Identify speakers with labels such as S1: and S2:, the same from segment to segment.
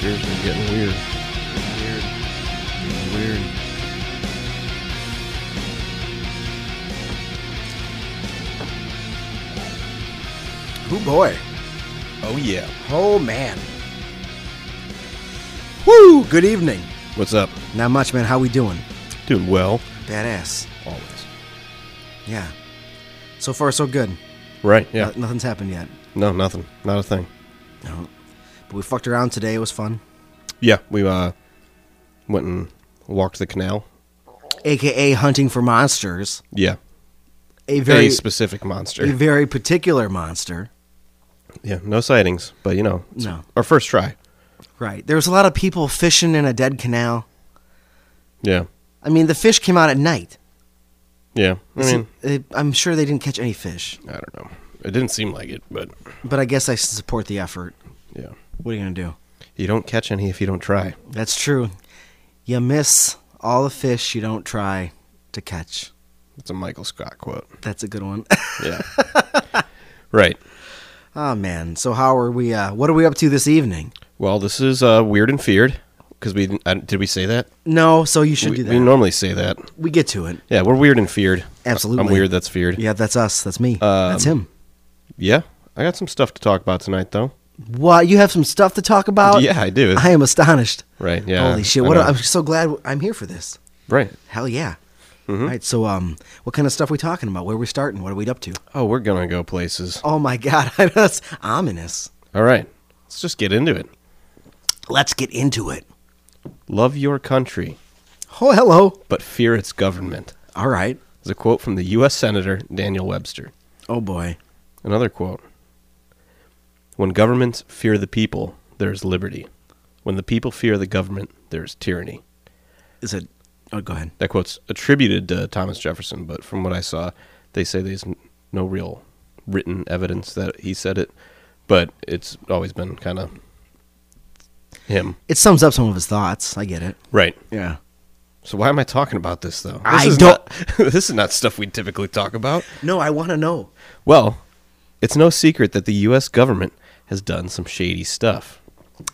S1: Here's been getting weird. Getting weird. Getting weird.
S2: Who boy?
S1: Oh yeah.
S2: Oh man. Woo! Good evening.
S1: What's up?
S2: Not much, man. How we doing?
S1: Doing well.
S2: Badass.
S1: Always.
S2: Yeah. So far, so good.
S1: Right. Yeah.
S2: No- nothing's happened yet.
S1: No, nothing. Not a thing.
S2: No. But we fucked around today. It was fun.
S1: Yeah, we uh went and walked the canal.
S2: AKA hunting for monsters.
S1: Yeah.
S2: A very
S1: a specific monster.
S2: a very particular monster.
S1: yeah. No sightings, but you know, it's
S2: No.
S1: our first try.
S2: Right. There was a lot of people fishing in a dead canal.
S1: Yeah.
S2: I mean, the fish came out at night.
S1: Yeah. I mean,
S2: Uh, I'm sure they didn't catch any fish,
S1: I don't know. It didn't seem like it, but
S2: but I guess I support the effort.
S1: yeah.
S2: What are you gonna do?
S1: You don't catch any if you don't try.
S2: That's true. You miss all the fish you don't try to catch.
S1: It's a Michael Scott quote.
S2: That's a good one.
S1: Yeah. right.
S2: oh man. So how are we? Uh, what are we up to this evening?
S1: Well, this is uh, weird and feared because we I, did we say that?
S2: No. So you should
S1: we,
S2: do that.
S1: we normally say that.
S2: we get to it.
S1: Yeah, we're weird and feared.
S2: Absolutely.
S1: I'm weird. Um, That's feared.
S2: Yeah, that's us. That's me. that's him.
S1: Yeah. I got some stuff to talk about tonight, though.
S2: What? You have some stuff to talk about?
S1: yeah, I do.
S2: Uh, I am astonished.
S1: right. Yeah.
S2: Holy shit!
S1: I
S2: What?
S1: know.
S2: A, I'm so glad I'm here for this.
S1: right.
S2: Hell yeah. All right. So um, what kind of stuff we talking about? Where we starting? What are we up to?
S1: Oh, we're gonna go places.
S2: Oh my god, that's ominous.
S1: All right. Let's just get into it.
S2: Let's get into it.
S1: Love your country,
S2: Oh, hello.
S1: but fear its government.
S2: All right.
S1: Is a quote from the U.S. Senator Daniel Webster.
S2: Oh boy.
S1: Another quote When governments fear the people, there is liberty. When the people fear the government, there is tyranny.
S2: Is it? Oh, go ahead.
S1: That quote's attributed to Thomas Jefferson, but from what I saw, they say there's n- no real written evidence that he said it, but it's always been kind of him.
S2: It sums up some of his thoughts. I get it.
S1: Right.
S2: Yeah.
S1: So why am I talking about this though? This
S2: I
S1: is
S2: don't-
S1: Not, this is not stuff we typically talk about.
S2: No, I want to know.
S1: Well, it's no secret that the U.S. government has done some shady stuff.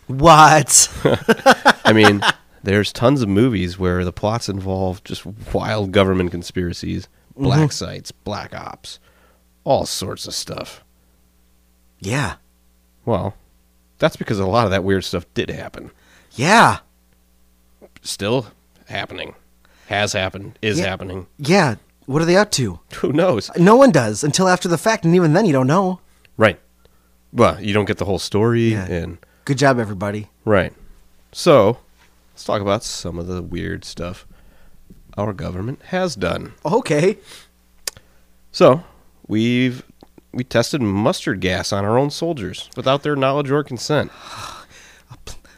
S2: What?
S1: I mean, there's tons of movies where the plots involve just wild government conspiracies,
S2: Mm-hmm.
S1: black sites, black ops, all sorts of stuff.
S2: yeah.
S1: Well, that's because a lot of that weird stuff did happen.
S2: Yeah.
S1: Still happening. Has happened. Is
S2: Yeah.
S1: happening.
S2: Yeah. What are they up to?
S1: Who knows?
S2: No one does until after the fact, and even then, you don't know.
S1: Right. Well, you don't get the whole story
S2: Yeah.
S1: and
S2: Good job, everybody.
S1: right. So, let's talk about some of the weird stuff our government has done.
S2: Okay.
S1: So we've we tested mustard gas on our own soldiers without their knowledge or consent.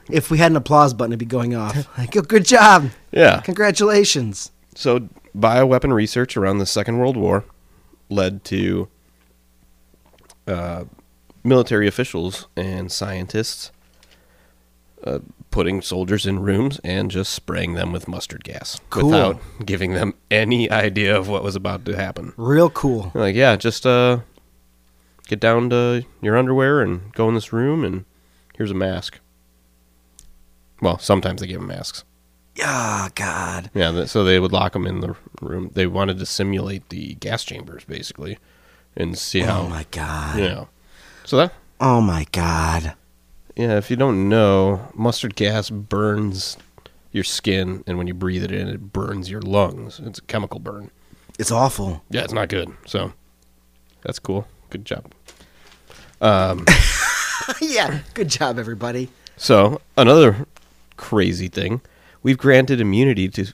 S2: If we had an applause button, it'd be going off. Like, oh, good job.
S1: Yeah.
S2: Congratulations.
S1: So bioweapon research around the Second World War led to uh, military officials and scientists uh, putting soldiers in rooms and just spraying them with mustard gas
S2: Cool.
S1: without giving them any idea of what was about to happen.
S2: Real cool.
S1: Like, yeah, just uh, get down to your underwear and go in this room, and here's a mask. Well, sometimes they give them masks.
S2: Ah, God.
S1: Yeah, th- so they would lock them in the room. They wanted to simulate the gas chambers, basically, and see
S2: Oh,
S1: how.
S2: my God.
S1: you know. So that,
S2: Oh, my God.
S1: yeah, if you don't know, mustard gas burns your skin, and when you breathe it in, it burns your lungs. It's a chemical burn.
S2: It's awful.
S1: Yeah, it's not good. So that's cool. Good job.
S2: yeah. Good job, everybody.
S1: So another crazy thing, we've granted immunity to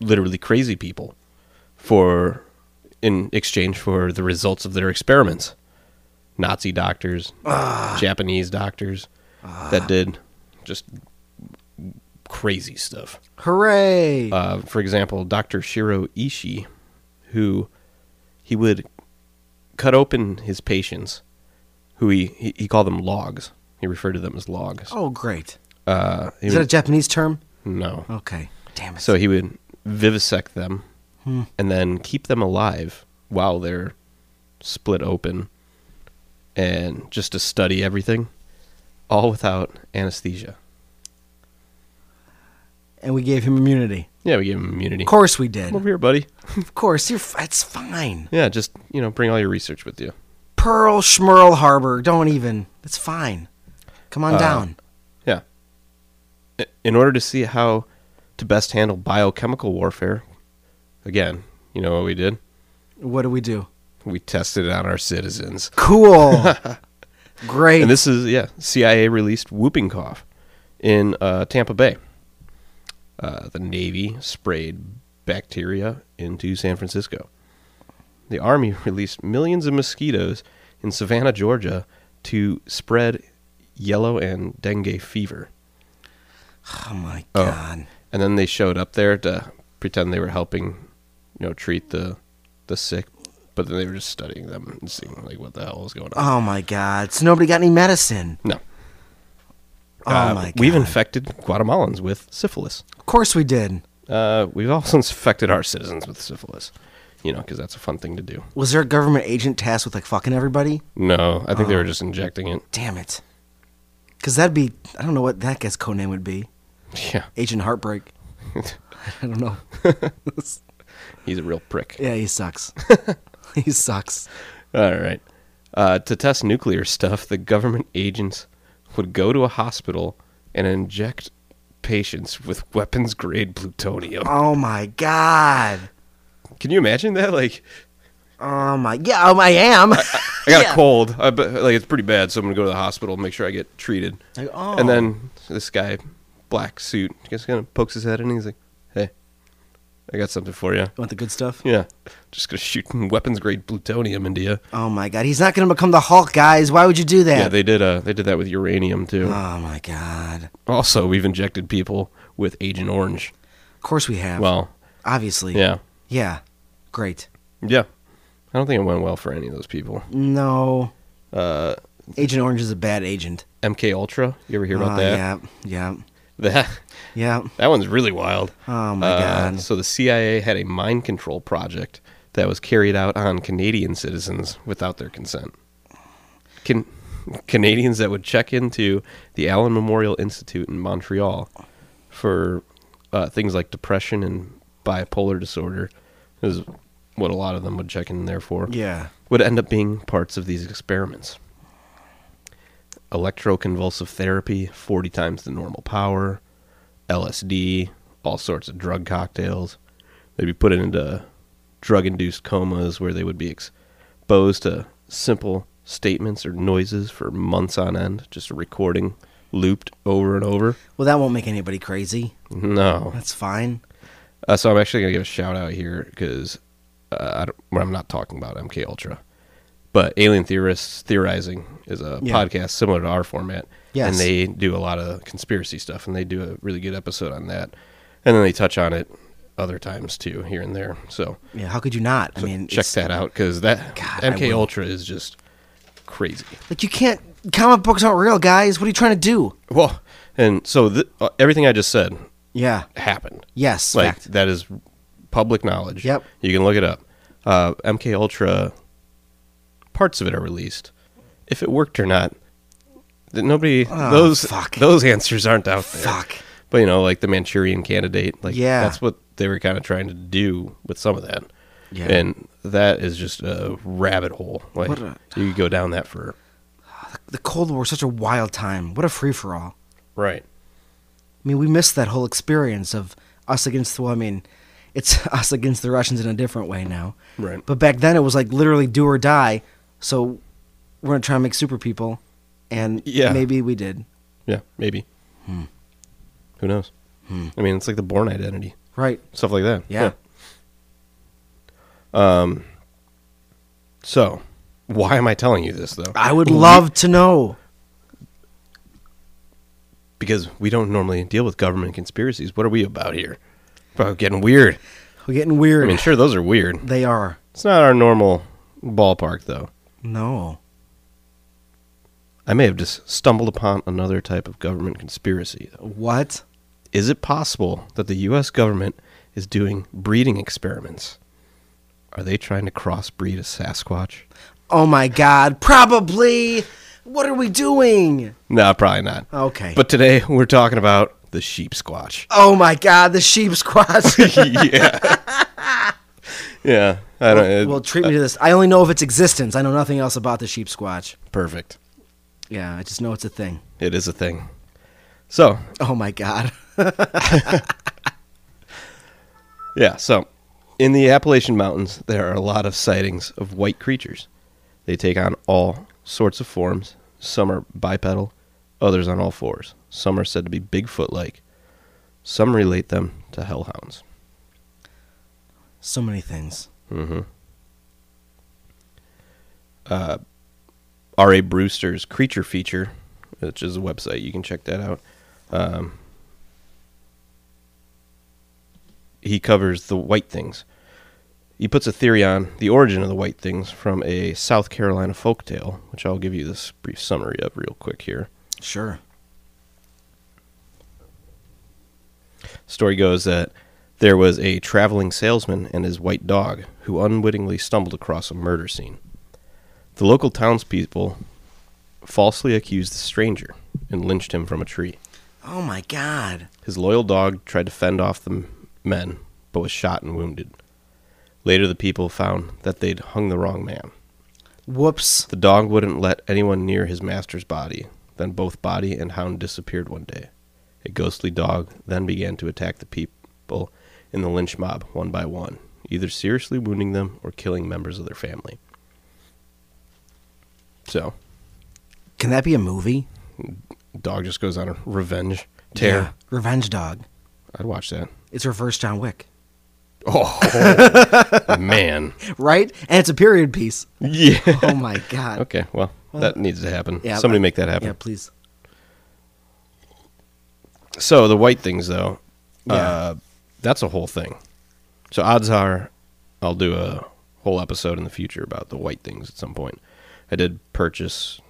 S1: literally crazy people for in exchange for the results of their experiments. Nazi doctors,
S2: Ah.
S1: Japanese doctors that did just crazy stuff.
S2: Hooray.
S1: Uh, for example, Dr. Shiro Ishii, who he would cut open his patients, who he, he, he called them logs. He referred to them as logs.
S2: oh, great.
S1: Uh, he
S2: Is that a Japanese term?
S1: no.
S2: Okay. Damn it.
S1: So he would vivisect them and then keep them alive while they're split open and just to study everything, all without anesthesia.
S2: and we gave him immunity.
S1: Yeah, we gave him immunity.
S2: Of course we did.
S1: Come over here, buddy.
S2: Of course, you're. f- It's fine.
S1: Yeah, just you know, bring all your research with you.
S2: Pearl Schmerl Harbor. Don't even. It's fine. Come on
S1: Uh,
S2: down.
S1: Yeah. I- In order to see how to best handle biochemical warfare, again, you know what we did?
S2: What do we do?
S1: We tested it on our citizens.
S2: Cool. Great.
S1: And this is yeah, CIA released whooping cough in uh, Tampa Bay. Uh, the Navy sprayed bacteria into San Francisco. The Army released millions of mosquitoes in Savannah, Georgia, to spread yellow and dengue fever.
S2: oh my
S1: Oh.
S2: god.
S1: And then they showed up there to pretend they were helping, you know, treat the the sick, but then they were just studying them and seeing like what the hell was going on.
S2: Oh my god. So nobody got any medicine.
S1: No.
S2: Oh
S1: Uh,
S2: my god.
S1: We've infected Guatemalans with syphilis.
S2: Of course we did.
S1: Uh, we've also infected our citizens with syphilis, you know, because that's a fun thing to do.
S2: Was there a government agent tasked with like fucking everybody?
S1: No, I think they were
S2: Oh.
S1: just injecting it.
S2: Damn it. Cause that'd be I don't know what that guy's code name would be.
S1: Yeah,
S2: Agent Heartbreak. I don't know.
S1: he's a real prick.
S2: yeah, he sucks. he sucks.
S1: All right. Uh, to test nuclear stuff, the government agents would go to a hospital and inject patients with weapons grade plutonium.
S2: Oh my god.
S1: Can you imagine that? Like,
S2: Oh my yeah, um, I am.
S1: I got
S2: Yeah.
S1: a cold. I, but, like, it's pretty bad, so I'm going to go to the hospital and make sure I get treated.
S2: Like, oh.
S1: And then this guy, black suit, just kind of pokes his head in and he's like, hey, I got something for you.
S2: You want the good stuff?
S1: Yeah. Just going to shoot weapons grade plutonium into you.
S2: Oh my god, he's not gonna become the Hulk, guys. Why would you do that?
S1: Yeah, they did uh, they did that with uranium, too.
S2: oh my god.
S1: Also, we've injected people with Agent Orange.
S2: Of course we have.
S1: Well,
S2: obviously.
S1: yeah.
S2: Yeah. Great.
S1: Yeah. I don't think it went well for any of those people.
S2: No.
S1: Uh,
S2: Agent Orange is a bad agent.
S1: MK Ultra, you ever hear about
S2: Ah,
S1: that?
S2: Yeah. Yeah.
S1: That
S2: Yeah.
S1: that one's really wild.
S2: Oh my
S1: Uh,
S2: god.
S1: So the CIA had a mind control project that was carried out on Canadian citizens without their consent. Can Canadians that would check into the Allen Memorial Institute in Montreal for uh, things like depression and bipolar disorder is what a lot of them would check in there for.
S2: Yeah.
S1: Would end up being parts of these experiments. Electroconvulsive therapy, 40 times the normal power, LSD, all sorts of drug cocktails. They'd be put into drug induced comas where they would be exposed to simple statements or noises for months on end, just a recording looped over and over.
S2: Well, that won't make anybody crazy.
S1: No.
S2: That's fine.
S1: Uh, so I'm actually gonna give a shout out here because uh, I don't- well, I'm not talking about MK Ultra, but Alien Theorists Theorizing is a
S2: Yeah.
S1: podcast similar to our format,
S2: Yes.
S1: and they do a lot of conspiracy stuff, and they do a really good episode on that, and then they touch on it other times too, here and there. So,
S2: Yeah. How could you not? I
S1: so
S2: mean,
S1: check
S2: it's-
S1: that out because that
S2: God, I
S1: MK
S2: will.
S1: Ultra is just crazy.
S2: Like you can't. Comic books aren't real, guys. What are you trying to do?
S1: Well, and so th- uh, everything I just said
S2: Yeah.
S1: happened.
S2: Yes.
S1: like
S2: fact.
S1: that is public knowledge.
S2: Yep.
S1: you can look it up. Uh, MK Ultra parts of it are released. If it worked or not, that nobody
S2: Oh,
S1: those
S2: fuck.
S1: those answers aren't out there.
S2: Fuck.
S1: But you know, like the Manchurian Candidate, like
S2: Yeah.
S1: that's what they were kind of trying to do with some of that.
S2: Yeah.
S1: And that is just a rabbit hole. Like
S2: What a-
S1: you could go down that for
S2: The Cold War was such a wild time. What a free for all.
S1: right.
S2: I mean, we missed that whole experience of us against the. Well, I mean, it's us against the Russians in a different way now.
S1: Right.
S2: But back then, it was like literally do or die. So we're gonna try and make super people, and
S1: Yeah.
S2: maybe we did.
S1: Yeah, maybe.
S2: Hmm.
S1: Who knows? I mean, it's like the Born Identity.
S2: Right.
S1: stuff like that.
S2: Yeah.
S1: Um. So, why am I telling you this though?
S2: I would love to know.
S1: because we don't normally deal with government conspiracies. What are we about here? About getting weird.
S2: We're getting
S1: I
S2: weird.
S1: mean, sure, those are weird.
S2: they are.
S1: It's not our normal ballpark, though.
S2: No.
S1: I may have just stumbled upon another type of government conspiracy. though.
S2: What?
S1: Is it possible that the U.S. government is doing breeding experiments? Are they trying to crossbreed a Sasquatch?
S2: Oh my God. Probably. What are we doing?
S1: No, probably not.
S2: Okay.
S1: But today we're talking about the sheep squatch.
S2: Oh my God, the sheep squatch.
S1: yeah. yeah. I don't. it-
S2: well, treat me to this. I only know of its existence. I know nothing else about the sheep squatch.
S1: perfect.
S2: Yeah, I just know it's a thing.
S1: It is a thing. So
S2: Oh my God.
S1: yeah. So in the Appalachian Mountains, there are a lot of sightings of white creatures. They take on all sorts of forms. Some are bipedal, others on all fours. Some are said to be Bigfoot-like. Some relate them to hellhounds.
S2: So many things.
S1: Mm-hmm. Uh, R.A. Brewster's Creature Feature, which is a website, you can check that out. Um, he covers the white things. He puts a theory on the origin of the white things from a South Carolina folktale, which I'll give you this brief summary of real quick here.
S2: Sure.
S1: Story goes that there was a traveling salesman and his white dog who unwittingly stumbled across a murder scene. The local townspeople falsely accused the stranger and lynched him from a tree.
S2: Oh my God.
S1: His loyal dog tried to fend off the m- men, but was shot and wounded. Later, the people found that they'd hung the wrong man.
S2: Whoops.
S1: The dog wouldn't let anyone near his master's body. Then both body and hound disappeared one day. A ghostly dog then began to attack the people in the lynch mob one by one, either seriously wounding them or killing members of their family. So,
S2: Can that be a movie?
S1: dog just goes on a revenge tear.
S2: Yeah. Revenge Dog.
S1: I'd watch that.
S2: It's reverse John Wick.
S1: Oh, man.
S2: Right? And it's a period piece.
S1: Yeah.
S2: Oh my God.
S1: Okay, well, that needs to happen.
S2: yeah,
S1: Somebody
S2: I-
S1: make that happen.
S2: Yeah, please.
S1: So the white things, though,
S2: Yeah.
S1: uh, that's a whole thing. So odds are, I'll do a whole episode in the future about the white things at some point. I did purchase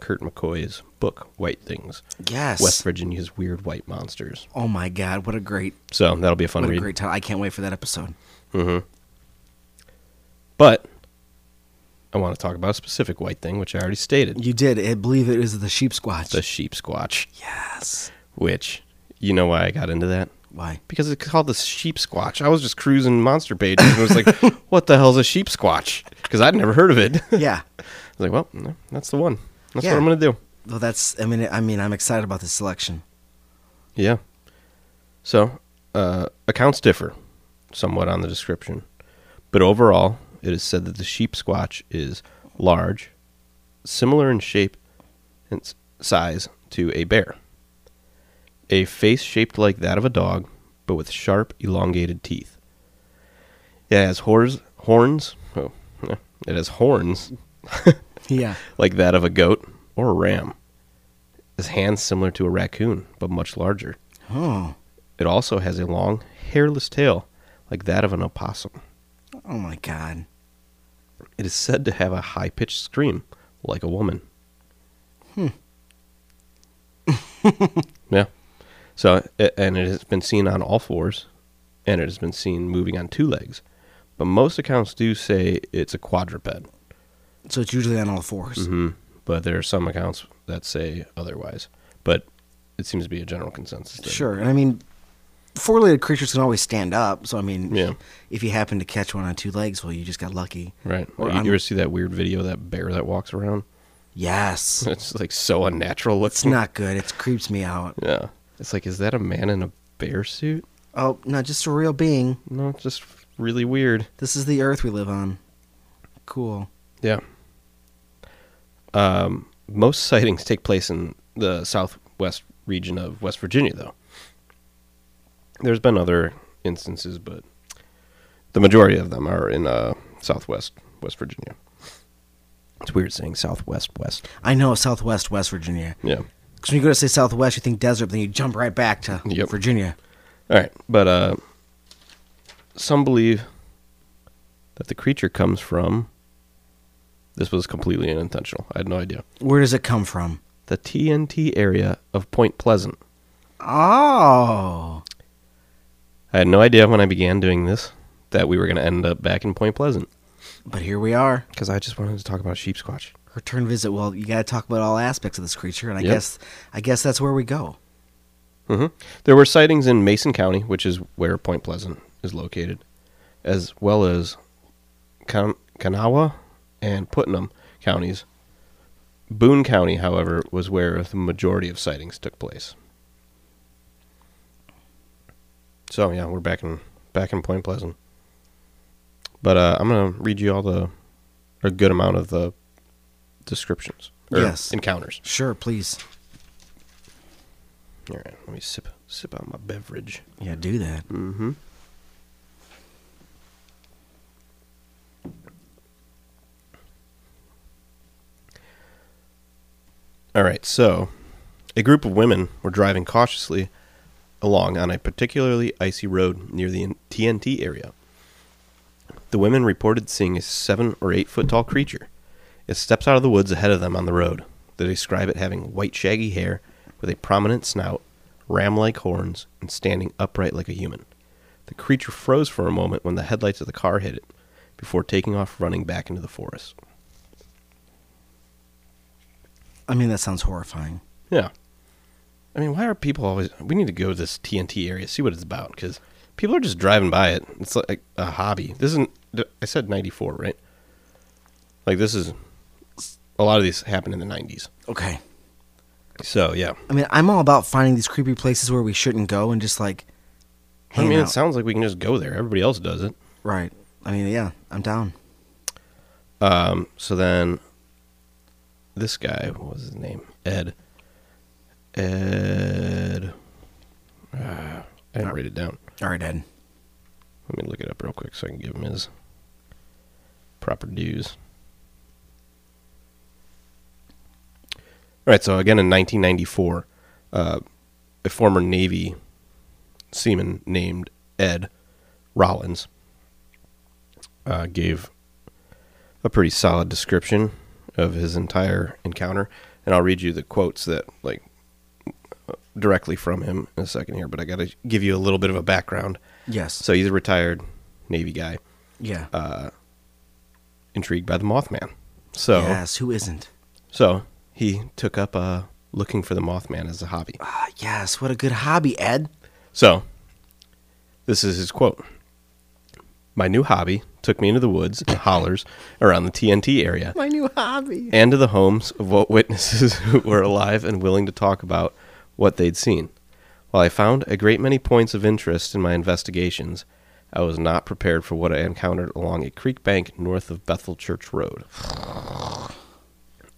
S1: Kurt McCoy's book, White Things,
S2: Yes.
S1: West Virginia's Weird White Monsters.
S2: oh my God. What a great,
S1: So that'll be a fun
S2: what a
S1: read.
S2: great time. I can't wait for that episode.
S1: But I want to talk about a specific white thing, which I already stated:
S2: You did. I believe it is the sheep squatch.
S1: the sheep squatch.
S2: yes.
S1: Which you know why I got into that?
S2: Why?
S1: Because it's called the sheep squatch. I was just cruising monster pages and was like, "What the hell's a sheep squatch?" Because I'd never heard of it.
S2: Yeah.
S1: I was like, well, no, that's the one. That's
S2: Yeah.
S1: what I'm gonna do.
S2: Well, that's. I mean, I mean, I'm excited about this selection.
S1: Yeah. So uh, accounts differ somewhat on the description, but overall, it is said that the sheep squatch is large, similar in shape and s- size to a bear, a face shaped like that of a dog, but with sharp, elongated teeth. It has hors- horns. Oh, eh, it has horns
S2: Yeah.
S1: like that of a goat or a ram. His hands similar to a raccoon, but much larger.
S2: Oh.
S1: It also has a long, hairless tail, like that of an opossum.
S2: Oh my God.
S1: It is said to have a high pitched scream, like a woman. Hmm. yeah. So, a- and it has been seen on all fours, and it has been seen moving on two legs. But most accounts do say it's a quadruped.
S2: So it's usually on all 4s
S1: hmm But there are some accounts that say otherwise. But it seems to be a general consensus. that-
S2: Sure. And I mean, four-legged creatures can always stand up. So I mean,
S1: Yeah.
S2: if you happen to catch one on two legs, well, you just got lucky.
S1: Right.
S2: Or
S1: you,
S2: I'm-
S1: you ever see that weird video of that bear that walks around?
S2: Yes.
S1: It's like so unnatural looking.
S2: it's not good. It creeps me out.
S1: Yeah. It's like, is that a man in a bear suit?
S2: Oh, no, just a real being.
S1: No, it's just really weird.
S2: This is the earth we live on. Cool.
S1: Yeah. Um, most sightings take place in the southwest region of West Virginia, though. There's been other instances, but the majority of them are in uh, southwest West Virginia. It's weird saying southwest west.
S2: I know Southwest West Virginia.
S1: Yeah.
S2: 'Cause when you go to say Southwest, you think desert, but then you jump right back to
S1: Yep.
S2: Virginia.
S1: All right, but uh, some believe that the creature comes from. This was completely unintentional. I had no idea.
S2: Where does it come from?
S1: The TNT area of Point Pleasant.
S2: Oh.
S1: I had no idea when I began doing this that we were going to end up back in Point Pleasant
S2: But here we are.
S1: because I just wanted to talk about sheep squatch.
S2: Return visit. Well, you got to talk about all aspects of this creature, and I
S1: Yep.
S2: guess I guess that's where we go.
S1: hmm There were sightings in Mason County, which is where Point Pleasant is located, as well as Kan- Kanawha and Putnam counties. Boone County, however, was where the majority of sightings took place. So yeah, we're back in back in Point Pleasant. But uh, I'm gonna read you all the a good amount of the descriptions. or
S2: Yes.
S1: Encounters.
S2: Sure, please.
S1: All right, let me sip sip out my beverage.
S2: Yeah, do that.
S1: Mm-hmm. All right, so a group of women were driving cautiously along on a particularly icy road near the TNT area. The women reported seeing a seven or eight foot tall creature. It steps out of the woods ahead of them on the road. They describe it having white, shaggy hair with a prominent snout, ram like horns, and standing upright like a human. The creature froze for a moment when the headlights of the car hit it before taking off running back into the forest.
S2: I mean, that sounds horrifying.
S1: Yeah. I mean, why are people always. We need to go to this TNT area, see what it's about, because people are just driving by it. It's like a hobby. This isn't. I said 94, right? Like, this is. A lot of these happened in the 90s.
S2: Okay.
S1: So, yeah.
S2: I mean, I'm all about finding these creepy places where we shouldn't go and just like
S1: I
S2: hang
S1: mean,
S2: out.
S1: it sounds like we can just go there. Everybody else does it.
S2: right. I mean, yeah, I'm down.
S1: Um, so then this guy, what was his name? Ed. Ed. Uh, I didn't write it down.
S2: All right, Ed.
S1: Let me look it up real quick so I can give him his proper dues. All right, so again in 1994, uh, a former Navy seaman named Ed Rollins uh, gave a pretty solid description of his entire encounter, and I'll read you the quotes that like directly from him in a second here. But I got to give you a little bit of a background.
S2: Yes.
S1: So uh, he's a retired Navy guy,
S2: yeah.
S1: intrigued by the Mothman. So
S2: Yes. Who isn't?
S1: so he took up uh, looking for the Mothman as a hobby.
S2: Ah, yes. What a good hobby, Ed.
S1: So this is his quote. My new hobby took me into the woods and hollers around the TNT area
S2: My new hobby.
S1: and to the homes of what witnesses who were alive and willing to talk about what they'd seen. While I found a great many points of interest in my investigations, I was not prepared for what I encountered along a creek bank north of Bethel Church Road.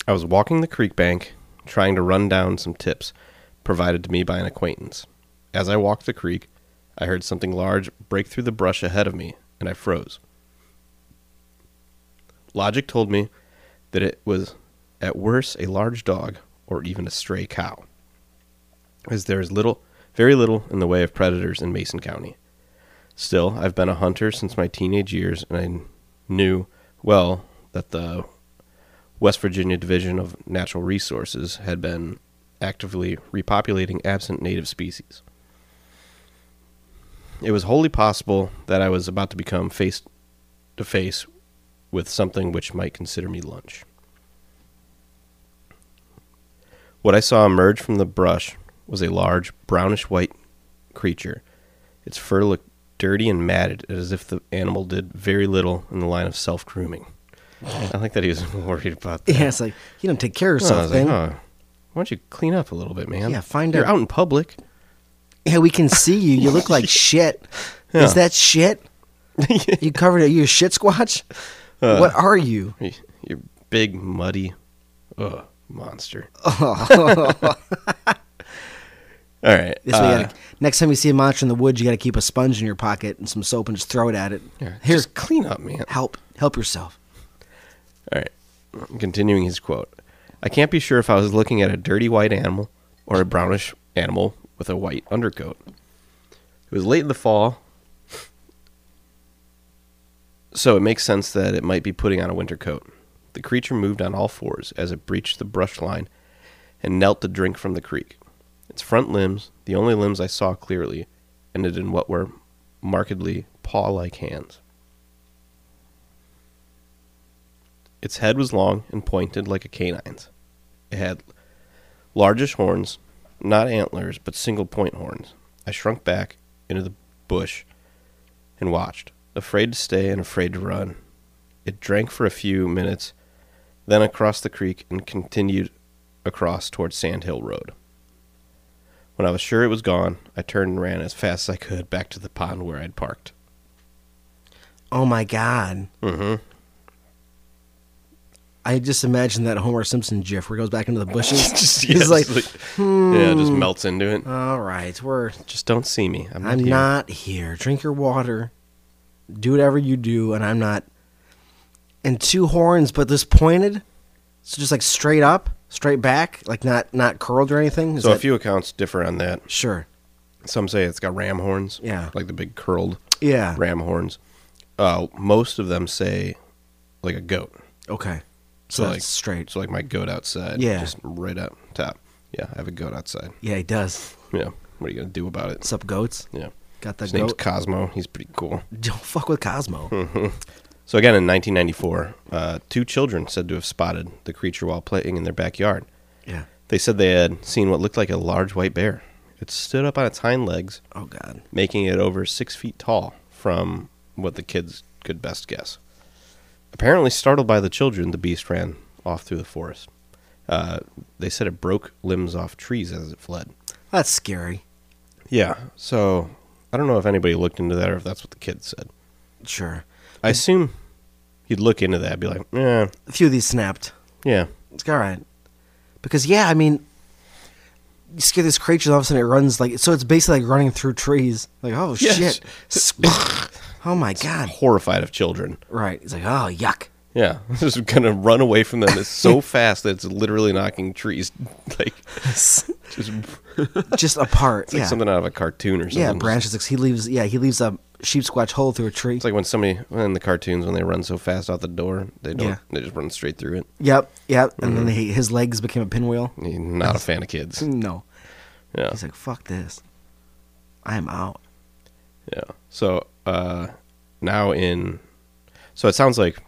S1: I was walking the creek bank, trying to run down some tips provided to me by an acquaintance. As I walked the creek, I heard something large break through the brush ahead of me, and I froze. Logic told me that it was at worst a large dog or even a stray cow, as there is little, very little in the way of predators in Mason County. Still, I've been a hunter since my teenage years, and I knew well that the West Virginia Division of Natural Resources had been actively repopulating absent native species. It was wholly possible that I was about to become face to face with something which might consider me lunch. What I saw emerge from the brush was a large, brownish white creature. Its fur looked dirty and matted, as if the animal did very little in the line of self grooming. I like that he was worried about that.
S2: Yeah. It's like you don't take care of
S1: Oh, I
S2: yourself,
S1: was like,
S2: thing.
S1: "Huh, why don't you clean up a little bit, man?
S2: Yeah, find
S1: You're
S2: out-
S1: out in public.
S2: Yeah, we can see you. You look like shit.
S1: Yeah.
S2: Is that shit? you covered it. You a shit squatch?
S1: Uh.
S2: what are you?
S1: You're big, muddy, ugh, monster. All right.
S2: This way you
S1: uh,
S2: gotta, next time you see a monster in the woods, you got to keep a sponge in your pocket and some soap and just throw it at it.
S1: here,
S2: Here,
S1: just clean up, man.
S2: help, help yourself.
S1: All right. Continuing his quote I can't be sure if I was looking at a dirty white animal or a brownish animal with a white undercoat. It was late in the fall, so it makes sense that it might be putting on a winter coat. The creature moved on all fours as it breached the brush line and knelt to drink from the creek. Its front limbs, the only limbs I saw clearly, ended in what were markedly paw like hands. Its head was long and pointed like a canine's. It had largish horns not antlers, but single point horns. I shrunk back into the bush and watched, afraid to stay and afraid to run. It drank for a few minutes, then across the creek and continued across toward Sand Hill Road. When I was sure it was gone, I turned and ran as fast as I could back to the pond where I'd parked.
S2: Oh my god.
S1: Mm-hmm.
S2: I just imagined that Homer Simpson gif where he goes back into the bushes.
S1: just, yeah,
S2: He's
S1: just
S2: like,
S1: yeah, just melts into it.
S2: all right, we're
S1: Just don't see me. I'm not.
S2: I'm
S1: here."
S2: not here. Drink your water. Do whatever you do, and I'm not. And two horns, but this pointed, so just like straight up, straight back, like not not curled or anything. Is
S1: So a
S2: that-
S1: few accounts differ on that.
S2: sure,
S1: Some say it's got ram horns.
S2: Yeah.
S1: Like the big curled
S2: yeah,
S1: ram horns. Uh, most of them say like a goat.
S2: okay. So,
S1: So,
S2: that's
S1: like-
S2: straight.
S1: So like my goat outside.
S2: Yeah.
S1: Just right up top. Yeah, I have a goat outside.
S2: Yeah, he does.
S1: Yeah. What are you gonna do about it?
S2: What's up, goats?
S1: Yeah.
S2: Got the
S1: His name's
S2: goat.
S1: Cosmo. He's pretty cool.
S2: Don't fuck with
S1: Hmm.
S2: Cosmo.
S1: So again, in 1994, uh, two children said to have spotted the creature while playing in their backyard.
S2: yeah.
S1: They said they had seen what looked like a large white bear. It stood up on its hind legs
S2: Oh god.
S1: making it over six feet tall from what the kids could best guess. Apparently startled by the children, the beast ran off through the forest. Uh, they said it broke limbs off trees as it fled.
S2: That's scary.
S1: Yeah, so I don't know if anybody looked into that or if that's what the kids said.
S2: Sure.
S1: I assume you'd look into that, be like, yeah,
S2: A few of these snapped.
S1: yeah,
S2: It's all right. Because yeah, I mean, you scare this creature, and all of a sudden it runs like so. It's basically like running through trees. Like oh
S1: Yes.
S2: shit! oh my god!
S1: horrified of children.
S2: Right? It's like oh yuck.
S1: Yeah, just gonna run away from them. It's so fast that it's literally knocking trees, like just
S2: Just apart.
S1: like
S2: yeah.
S1: something out of a cartoon or something.
S2: yeah.
S1: Just-
S2: Branches. like, He leaves. Yeah. He leaves a sheep squatch hole through a tree.
S1: It's like when somebody in the cartoons when they run so fast out the door, they don't.
S2: Yeah.
S1: They just run straight through it.
S2: yep. Yep. And
S1: Mm-hmm.
S2: then he, his legs became a pinwheel.
S1: Not a fan of kids.
S2: No.
S1: Oh. Yeah,
S2: He's like fuck this. I am out.
S1: yeah. So uh, now in, so it sounds like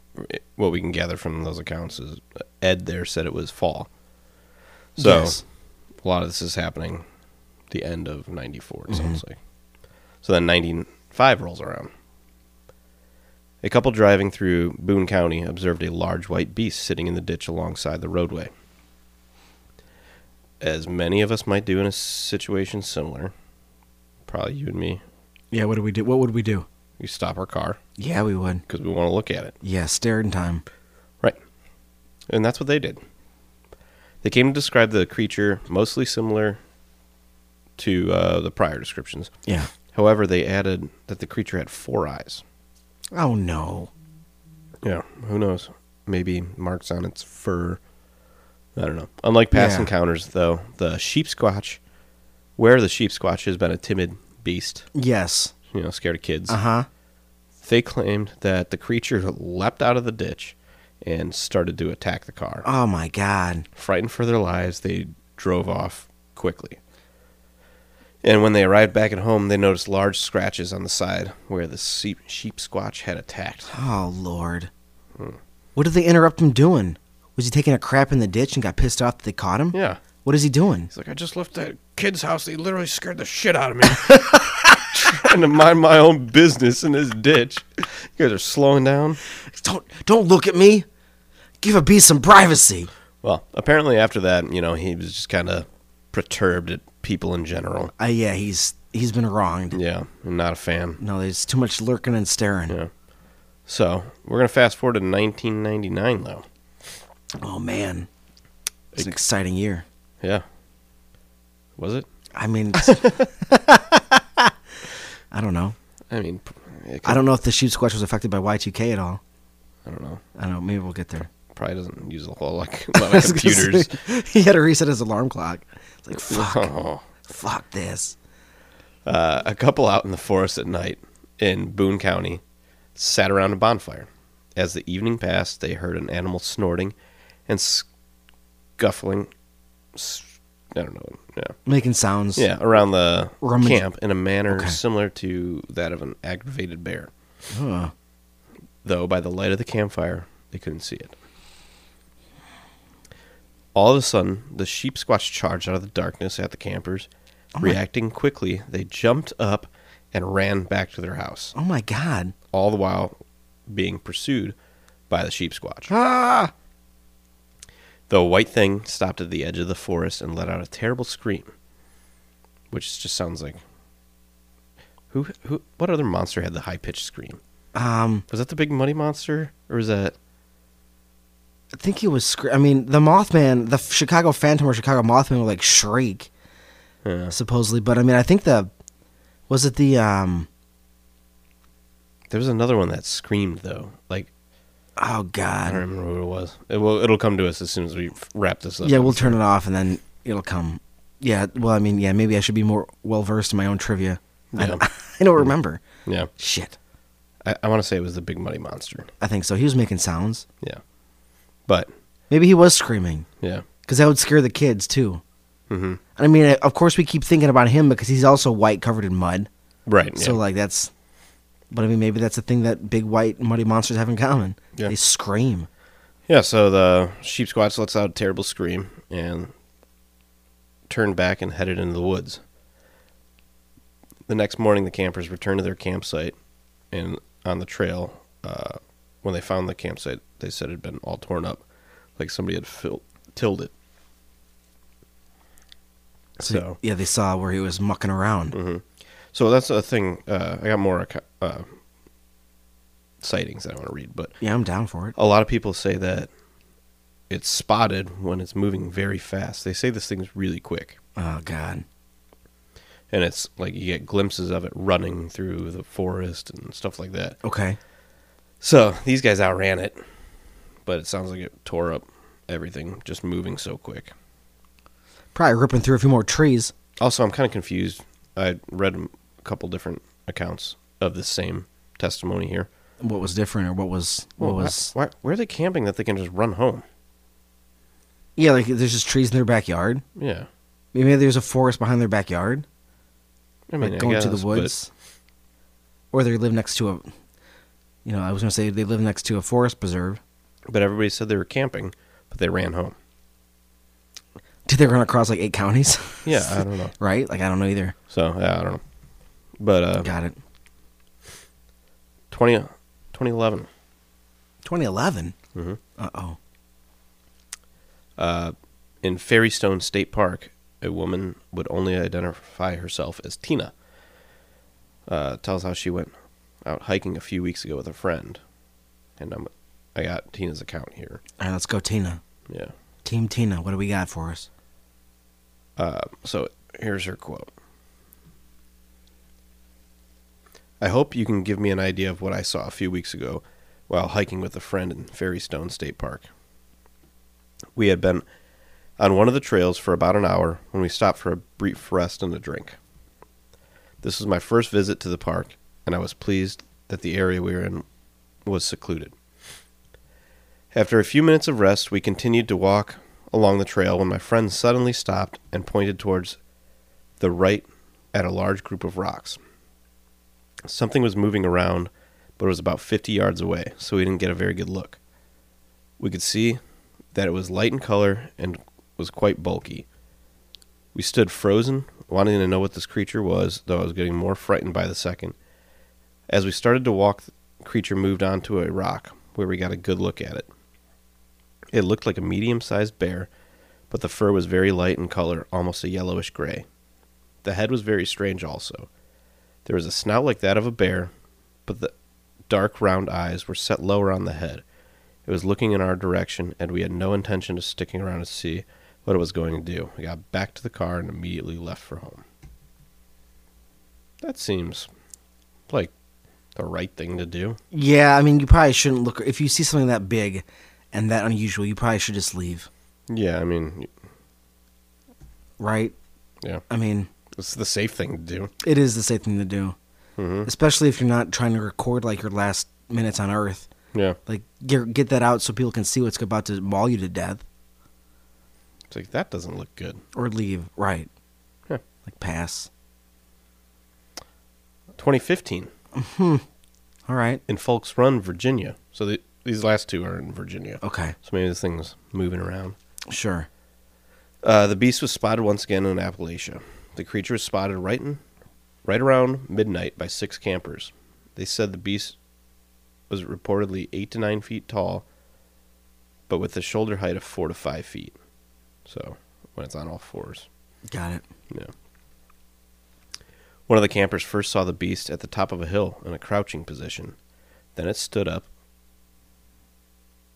S1: what we can gather from those accounts is Ed there said it was fall. So
S2: Yes.
S1: a lot of this is happening, the end of '94. It sounds like. So then '95 rolls around. A couple driving through Boone County observed a large white beast sitting in the ditch alongside the roadway. As many of us might do in a situation similar, probably you and me,
S2: Yeah. What do we do? What would we do?
S1: we stop our car
S2: Yeah, we would.
S1: because we want to look at it.
S2: Yeah. Stare in time.
S1: Right. And that's what they did. They came to describe the creature mostly similar to uh, the prior descriptions.
S2: Yeah.
S1: However, they added that the creature had four eyes.
S2: Oh no.
S1: Yeah, who knows? Maybe marks on its fur. I don't know. Unlike past
S2: Yeah.
S1: encounters, though, the sheep squatch, where the sheep squatch has been a timid beast,
S2: Yes.
S1: you know, scared of kids,
S2: Uh huh.
S1: they claimed that the creature leapt out of the ditch and started to attack the car.
S2: Oh my god.
S1: Frightened for their lives, they drove off quickly. And when they arrived back at home, they noticed large scratches on the side where the sheep, sheep squatch had attacked.
S2: Oh lord. What did they interrupt him doing? Was he taking a crap in the ditch and got pissed off that they caught him?
S1: Yeah.
S2: What is he doing?
S1: He's like, I just left that kid's house. They literally scared the shit out of me. Trying to mind my own business in this ditch. You guys are slowing down.
S2: Don't don't look at me. Give a bee some privacy.
S1: Well, apparently after that, you know, he was just kind of perturbed at people in general.
S2: Uh, yeah, he's he's been wronged.
S1: Yeah, I'm not a fan.
S2: No, there's too much lurking and staring.
S1: Yeah. So we're gonna fast forward to 1999, though.
S2: Oh man, it's an exciting year.
S1: Yeah. Was it?
S2: I mean, it's- I don't know.
S1: I mean, p- it
S2: I
S1: could-
S2: don't know if the sheep squash was affected by Y2K at all.
S1: I don't know.
S2: I don't know. Maybe we'll get there.
S1: Probably doesn't use a whole like, lot
S2: I
S1: of
S2: was gonna
S1: computers.
S2: say, he had to reset his alarm clock. It's like fuck,
S1: Oh.
S2: fuck this.
S1: Uh, a couple out in the forest at night in Boone County sat around a bonfire. As the evening passed, they heard an animal snorting and scuffling. s- I don't know. Yeah.
S2: Making sounds.
S1: Yeah, around the
S2: Rummage-
S1: camp in a manner
S2: Okay.
S1: similar to that of an aggravated bear.
S2: Ugh.
S1: though by the light of the campfire they couldn't see it. All of a sudden, the sheep squatch charged out of the darkness at the campers. Reacting quickly, they jumped up and ran back to their house,
S2: Oh my god.
S1: all the while being pursued by the sheep squatch.
S2: Ah!
S1: The white thing stopped at the edge of the forest and let out a terrible scream, which just sounds like who? Who? What other monster had the high pitched scream?
S2: Um,
S1: Was that the big muddy monster, or was that
S2: I think he was. Scr- I mean, the Mothman, the F- Chicago Phantom or Chicago Mothman would like shriek
S1: uh,
S2: supposedly, but I mean, I think the was it the um.
S1: there was another one that screamed though? Like
S2: Oh
S1: I
S2: god.
S1: don't remember who it was. It will. It'll come to us as soon as we f- wrap this up.
S2: Yeah, we'll turn it off and then it'll come. Yeah. Well, I mean, yeah, maybe I should be more well versed in my own trivia. I,
S1: Yeah.
S2: don't, I don't remember.
S1: yeah.
S2: Shit.
S1: I, I want to say it was the big muddy monster.
S2: I think so. He was making sounds.
S1: Yeah, but
S2: Maybe he was screaming
S1: yeah,
S2: because that would scare the kids too.
S1: hmm
S2: And I mean, I- of course, we keep thinking about him because he's also white, covered in mud.
S1: right. Yeah.
S2: So like that's, but I mean, maybe that's a thing that big white muddy monsters have in common.
S1: Yeah.
S2: They scream.
S1: Yeah, so the sheep squatch lets out a terrible scream and turned back and headed into the woods. The next morning, the campers returned to their campsite, and on the trail, uh, when they found the campsite, they said it had been all torn up, like somebody had fil- tilled it. So, Mm.
S2: yeah, they saw where he was mucking around.
S1: so that's a thing. Uh, I got more acco- uh, sightings that I want to read, but
S2: Yeah, I'm down for it.
S1: a lot of people say that it's spotted when it's moving very fast. They say this thing's really quick,
S2: Oh god.
S1: and it's like you get glimpses of it running through the forest and stuff like that.
S2: Okay.
S1: So these guys outran it, but it sounds like it tore up everything just moving so quick.
S2: Probably ripping through a few more trees.
S1: Also, I'm kind of confused. I read a couple different accounts of the same testimony here.
S2: What was different, or what was what
S1: Well,
S2: was?
S1: why, why, where are they camping that they can just run home?
S2: Yeah, like there's just trees in their backyard.
S1: Yeah,
S2: Maybe there's a forest behind their backyard.
S1: I mean, I
S2: like going to
S1: guess,
S2: the
S1: but-
S2: woods, or they live next to a. You know, I was gonna say they live next to a forest preserve.
S1: but everybody said they were camping, but they ran home.
S2: Did they run across like eight counties?
S1: Yeah, uh, I don't know.
S2: right? Like I don't know either.
S1: So yeah, I don't know. But uh,
S2: Got it.
S1: 20, 2011,
S2: 2011.
S1: Mhm.
S2: Uh oh.
S1: uh, in Fairystone State Park, a woman would only identify herself as Tina. Uh, tells how she went out hiking a few weeks ago with a friend, and I'm, I got Tina's account here.
S2: All right, let's go, Tina.
S1: Yeah.
S2: Team Tina, what do we got for us?
S1: Uh, so here's her quote I hope you can give me an idea of what I saw a few weeks ago while hiking with a friend in Fairystone State Park. We had been on one of the trails for about an hour when we stopped for a brief rest and a drink. This was my first visit to the park, and I was pleased that the area we were in was secluded. After a few minutes of rest, we continued to walk along the trail when my friend suddenly stopped and pointed towards the right at a large group of rocks. Something was moving around, but it was about 50 yards away, so we didn't get a very good look. We could see that it was light in color and was quite bulky. We stood frozen, wanting to know what this creature was, though I was getting more frightened by the second. As we started to walk, the creature moved onto a rock where we got a good look at it. It looked like a medium sized bear, but the fur was very light in color, almost a yellowish gray. The head was very strange also. There was a snout like that of a bear, but the dark round eyes were set lower on the head. It was looking in our direction, and we had no intention of sticking around to see what it was going to do. We got back to the car and immediately left for home. That seems like the right thing to do.
S2: Yeah, I mean, you probably shouldn't look. If you see something that big and that unusual, you probably should just leave,
S1: Yeah, I mean,
S2: right?
S1: yeah,
S2: I mean,
S1: it's the safe thing to do.
S2: it is the safe thing to do,
S1: Mm-hmm.
S2: especially if you're not trying to record like your last minutes on Earth.
S1: Yeah.
S2: Like, get, get that out so people can see what's about to maul you to death
S1: It's like that doesn't look good.
S2: or leave, right?
S1: Yeah.
S2: Like, pass.
S1: 2015
S2: All right.
S1: in Folks Run, Virginia. So the, these last two are in Virginia.
S2: Okay.
S1: So maybe this thing's moving around.
S2: Sure.
S1: Uh, the beast was spotted once again in Appalachia. The creature was spotted right in, right around midnight by six campers. They said the beast was reportedly eight to nine feet tall, but with a shoulder height of four to five feet. So when it's on all fours.
S2: Got it.
S1: One of the campers first saw the beast at the top of a hill in a crouching position. Then it stood up.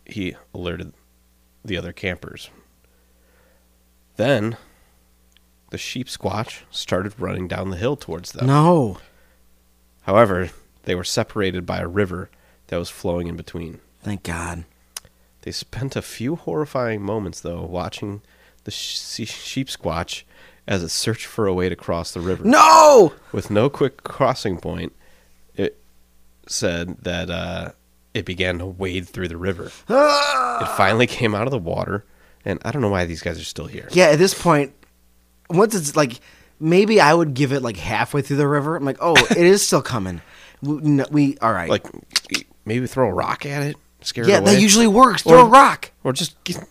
S1: He alerted the other campers. Then the sheep squatch started running down the hill towards them.
S2: No.
S1: However, they were separated by a river that was flowing in between.
S2: Thank God.
S1: They spent a few horrifying moments, though, watching the she- sheep squatch as it searched for a way to cross the river
S2: No.
S1: with no quick crossing point, it said that uh, it began to wade through the river.
S2: Ah!
S1: It finally came out of the water, and I don't know why these guys are still here.
S2: Yeah. At this point, once it's like, maybe I would give it like halfway through the river. I'm like, oh, it is still coming. We, no, we all right.
S1: Like, maybe throw a rock at it, scare
S2: yeah,
S1: it away,
S2: that usually works. Throw
S1: Or-
S2: a rock.
S1: or just get,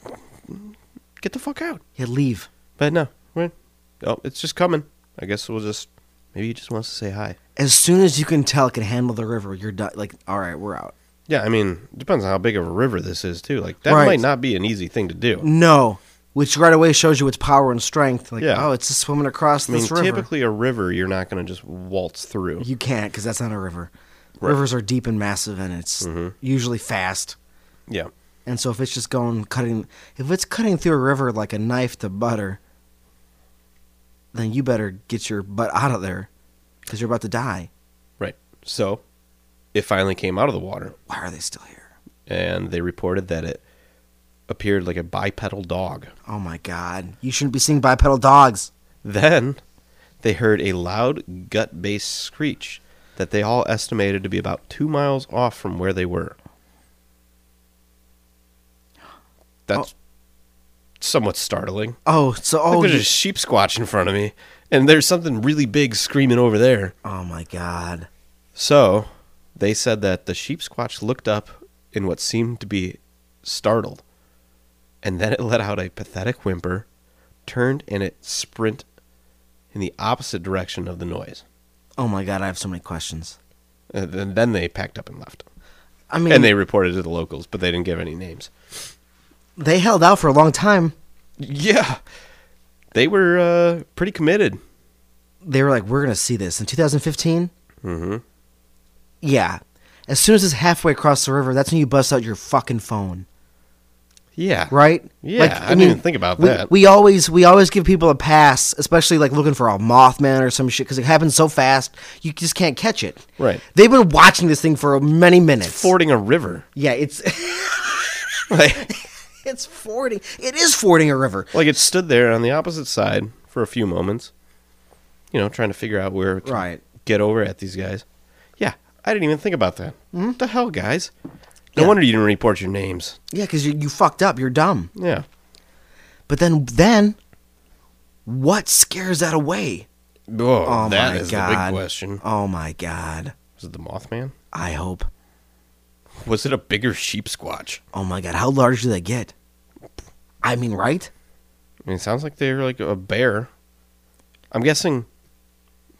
S1: get the fuck out.
S2: Yeah, leave.
S1: But no, we're, oh, it's just coming. I guess we'll just maybe he just wants to say hi.
S2: As soon as you can tell it can handle the river, you're done. Like, all right, we're out.
S1: Yeah, I mean, depends on how big of a river this is too. Like that
S2: Right.
S1: might not be an easy thing to do.
S2: No. Which right away shows you its power and strength. Like,
S1: Yeah.
S2: oh, it's just swimming across
S1: I mean,
S2: this river.
S1: typically a river you're not going to just waltz through.
S2: You can't because that's not a river.
S1: Right. Mm-hmm.
S2: Rivers are deep and massive, and it's usually fast.
S1: Yeah.
S2: And so if it's just going cutting, if it's cutting through a river like a knife to butter, then you better get your butt out of there because you're about to die.
S1: Right. So it finally came out of the water,
S2: Why are they still here?
S1: and they reported that it appeared like a bipedal dog.
S2: Oh my God! You shouldn't be seeing bipedal dogs.
S1: Then they heard a loud gut based screech that they all estimated to be about two miles off from where they were. That's somewhat startling.
S2: Oh, so
S1: Like,
S2: oh,
S1: there's
S2: you-
S1: a sheep squatch in front of me, and there's something really big screaming over there.
S2: oh my God!
S1: So they said that the sheep squatch looked up in what seemed to be startled, and then it let out a pathetic whimper, turned, and it sprint in the opposite direction of the noise.
S2: Oh my God! I have so many questions.
S1: And then- then they packed up and left.
S2: I mean,
S1: And
S2: they
S1: they reported to the locals, but they didn't give any names.
S2: they held out for a long time.
S1: Yeah. They were uh, pretty committed.
S2: They were like, "We're gonna see this in 2015."
S1: Mm-hmm.
S2: Yeah. As soon as it's halfway across the river, that's when you bust out your fucking phone,
S1: Yeah.
S2: right?
S1: Yeah, I didn't even think about
S2: we,
S1: that.
S2: We always we always give people a pass, especially like looking for a Mothman or some shit, because it happens so fast you just can't catch it.
S1: Right.
S2: They've been watching this thing for many minutes.
S1: Fording a river.
S2: yeah, it's
S1: Like,
S2: it's fording. It is fording a river.
S1: Like it stood there on the opposite side for a few moments, you know, trying to figure out where to
S2: Right.
S1: get over at these guys. Yeah, I didn't even think about that.
S2: Mm-hmm.
S1: What the hell, guys? No wonder you didn't report your names.
S2: Yeah, because you, you fucked up. You're dumb.
S1: Yeah,
S2: But then then, what scares that away?
S1: Whoa,
S2: Oh
S1: that
S2: my
S1: is
S2: god!
S1: the big question.
S2: Oh my god!
S1: Was it the Mothman?
S2: I hope.
S1: Was it a bigger sheep squatch?
S2: Oh my god, how large do they get? I mean, right?
S1: I mean, it sounds like they're like a bear. I'm guessing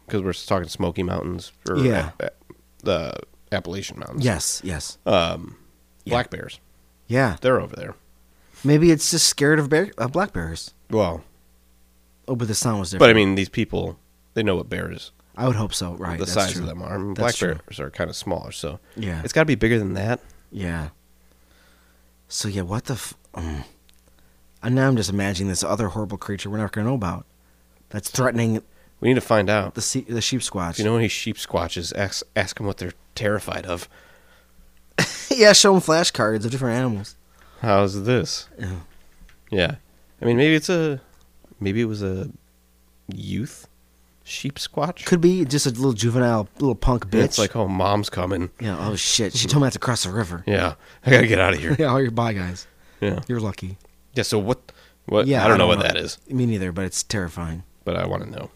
S1: because we're talking Smoky Mountains or
S2: Yeah.
S1: A- A- the Appalachian Mountains.
S2: Yes, yes.
S1: Um, black bears.
S2: Yeah.
S1: They're over there.
S2: Maybe it's just scared of bear, uh, black bears.
S1: Well,
S2: Oh, but the sound was different.
S1: But I mean, these people, they know what bears,
S2: I would hope so, right?
S1: the
S2: that's
S1: size
S2: true.
S1: of them are. I mean, black
S2: That's true.
S1: bears are kind of smaller, so
S2: Yeah.
S1: it's got to be bigger than that.
S2: yeah. So, yeah, what the. F- mm. And now I'm just imagining this other horrible creature we're not going to know about that's threatening
S1: We need to find out.
S2: the sea- the sheep squatch.
S1: If you know any sheep squatches, ask, ask them what they're terrified of.
S2: yeah, show them flashcards of different animals.
S1: How's this?
S2: Yeah.
S1: Yeah. I mean, maybe it's a, maybe it was a youth sheep squatch.
S2: Could be just a little juvenile, little punk
S1: And
S2: bitch.
S1: It's like, oh, mom's coming.
S2: yeah, oh shit, she told me I had to cross the river.
S1: Yeah, I gotta get out of here.
S2: yeah, all your bye guys.
S1: Yeah.
S2: You're lucky.
S1: Yeah. So what? What?
S2: Yeah,
S1: I don't know what that is,
S2: Me neither, but it's terrifying.
S1: but I want to know.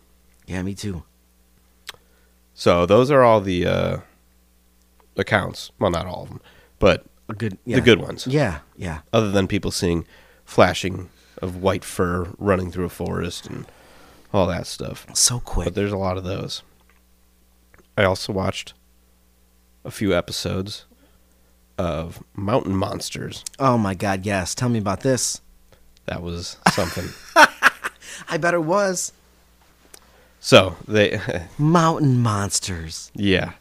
S2: Yeah, me too.
S1: So those are all the uh, accounts. Well, not all of them, but
S2: A good, yeah.
S1: the good ones.
S2: Yeah, yeah.
S1: Other than people seeing flashing of white fur running through a forest and all that stuff.
S2: So quick.
S1: But there's a lot of those. I also watched a few episodes of Mountain Monsters.
S2: Oh my god, yes. Tell me about this.
S1: That was something.
S2: I bet it was
S1: so they,
S2: Mountain Monsters.
S1: yeah,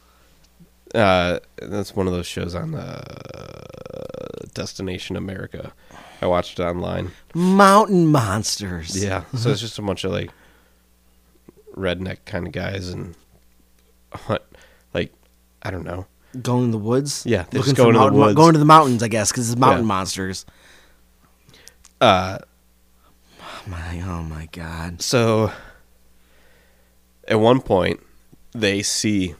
S1: uh, that's one of those shows on uh, Destination America. I watched it online.
S2: Mountain Monsters.
S1: Yeah. So it's just a bunch of like redneck kind of guys and hunt, like I don't know.
S2: Going in the woods.
S1: Yeah, they
S2: Looking
S1: just go
S2: for
S1: into the
S2: mountain,
S1: woods.
S2: going to the mountains, I guess, because it's mountain
S1: Yeah.
S2: monsters.
S1: Uh,
S2: Oh my, oh my god.
S1: so at one point they see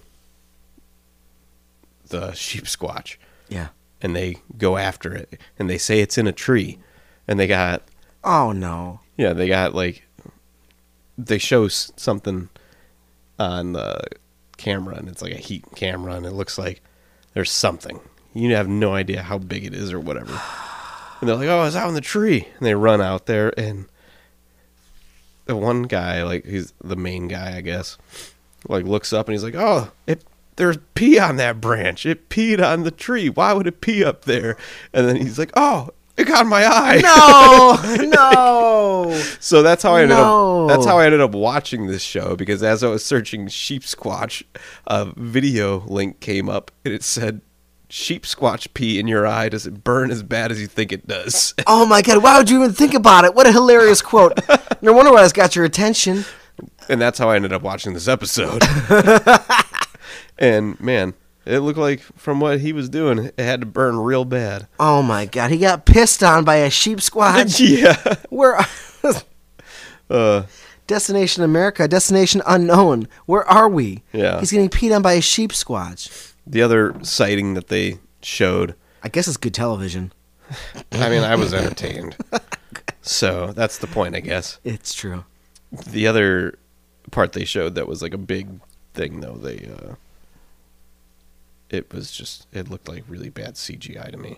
S1: the sheep squatch
S2: Yeah.
S1: and they go after it and they say it's in a tree and they got
S2: Oh no.
S1: yeah they got like they show s- something on the camera and it's like a heat camera and it looks like there's something you have no idea how big it is or whatever and they're like oh it's out in the tree and they run out there and the one guy like he's the main guy i guess like looks up and he's like oh it there's pee on that branch it peed on the tree why would it pee up there and then he's like oh it got in my eye
S2: No, no.
S1: so that's how I ended
S2: No.
S1: up. That's how I ended up watching this show because as I was searching sheep squatch, a video link came up and it said, "Sheep squatch pee in your eye. Does it burn as bad as you think it does?"
S2: Oh my god. Why would you even think about it? What a hilarious quote. No wonder why it's got your attention.
S1: And that's how I ended up watching this episode. and man, it looked like from what he was doing, it had to burn real bad.
S2: Oh my god. He got pissed on by a sheep squad.
S1: yeah.
S2: Where
S1: Uh,
S2: Destination America, Destination Unknown. Where are we?
S1: Yeah.
S2: He's getting peed on by a sheep squatch.
S1: the other sighting that they showed.
S2: I guess it's good television.
S1: I mean, I was entertained. So that's the point, I guess.
S2: It's true.
S1: the other part they showed that was like a big thing though they uh it was just it looked like really bad cgi to me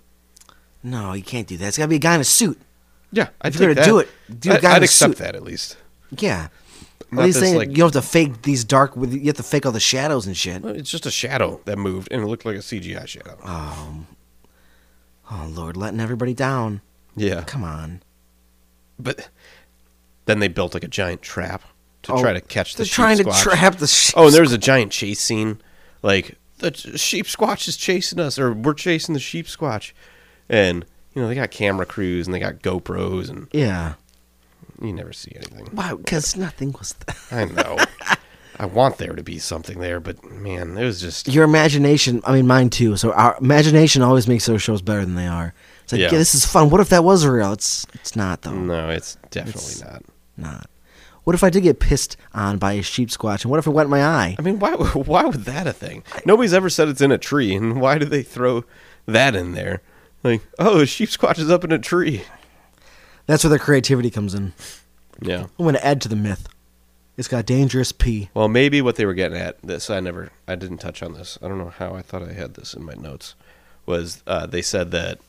S2: No, you can't do that. It's got to be a guy in a suit.
S1: yeah i'd
S2: If you're gonna
S1: take that.
S2: do it, do a
S1: I,
S2: guy in
S1: i'd
S2: a
S1: accept
S2: suit.
S1: that at least
S2: Yeah.
S1: Not
S2: At least
S1: this,
S2: they,
S1: like-
S2: you don't have to fake these dark. With you have to fake all the shadows and shit.
S1: it's just a shadow that moved and it looked like a cgi shadow
S2: Oh, oh Lord, letting everybody down.
S1: yeah
S2: Come on.
S1: but then they built like a giant trap to
S2: Oh,
S1: try to catch the
S2: They're
S1: sheep
S2: trying
S1: squatch.
S2: to trap the sheep.
S1: oh and there was a giant chase scene like the ch- sheep squatch is chasing us or we're chasing the sheep squatch and you know they got camera crews and they got gopros and
S2: yeah.
S1: You never see anything.
S2: Wow, because nothing was. Th-
S1: I know. I want there to be something there, but man, it was just
S2: Your imagination. I mean, mine too. So our imagination always makes those shows better than they are. It's like, yeah,
S1: Yeah.
S2: this is fun. What if that was real? It's it's not though.
S1: no. It's definitely
S2: It's-
S1: not.
S2: Not. What if I did get pissed on by a sheep squatch? And what if it went in my eye?
S1: I mean, why? Why would that a thing? Nobody's ever said it's in a tree, and why do they throw that in there? Like, oh, a sheep squatch is up in a tree.
S2: That's where their creativity comes in.
S1: Yeah.
S2: I'm going to add to the myth. It's got dangerous pee.
S1: Well, maybe what they were getting at this I never I didn't touch on this. I don't know how I thought I had this in my notes. Was uh, they said that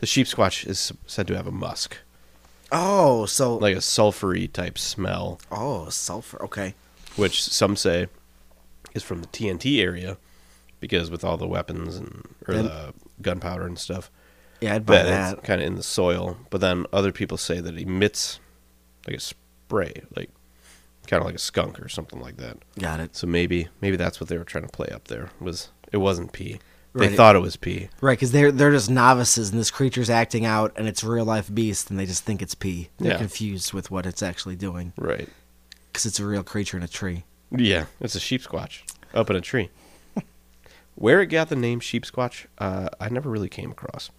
S1: the sheep squatch is said to have a musk,
S2: Oh, so
S1: like a sulfury type smell.
S2: oh sulfur. Okay.
S1: which some say is from the TNT area because with all the weapons and or
S2: Then-
S1: the gunpowder and stuff
S2: Yeah, I'd buy
S1: that
S2: that.
S1: it's kind of in the soil but then other people say that it emits like a spray like kind of like a skunk or something like that
S2: Got it.
S1: so maybe maybe that's what they were trying to play up there was it wasn't pee they
S2: Right.
S1: thought it was pee
S2: Right, because they're they're just novices, and this creature's acting out, and it's real life beast, and they just think it's pee. They're
S1: Yeah.
S2: confused with what it's actually doing
S1: right
S2: because it's a real creature in a tree.
S1: yeah it's a sheep squatch up in a tree where it got the name sheep squatch uh, i never really came across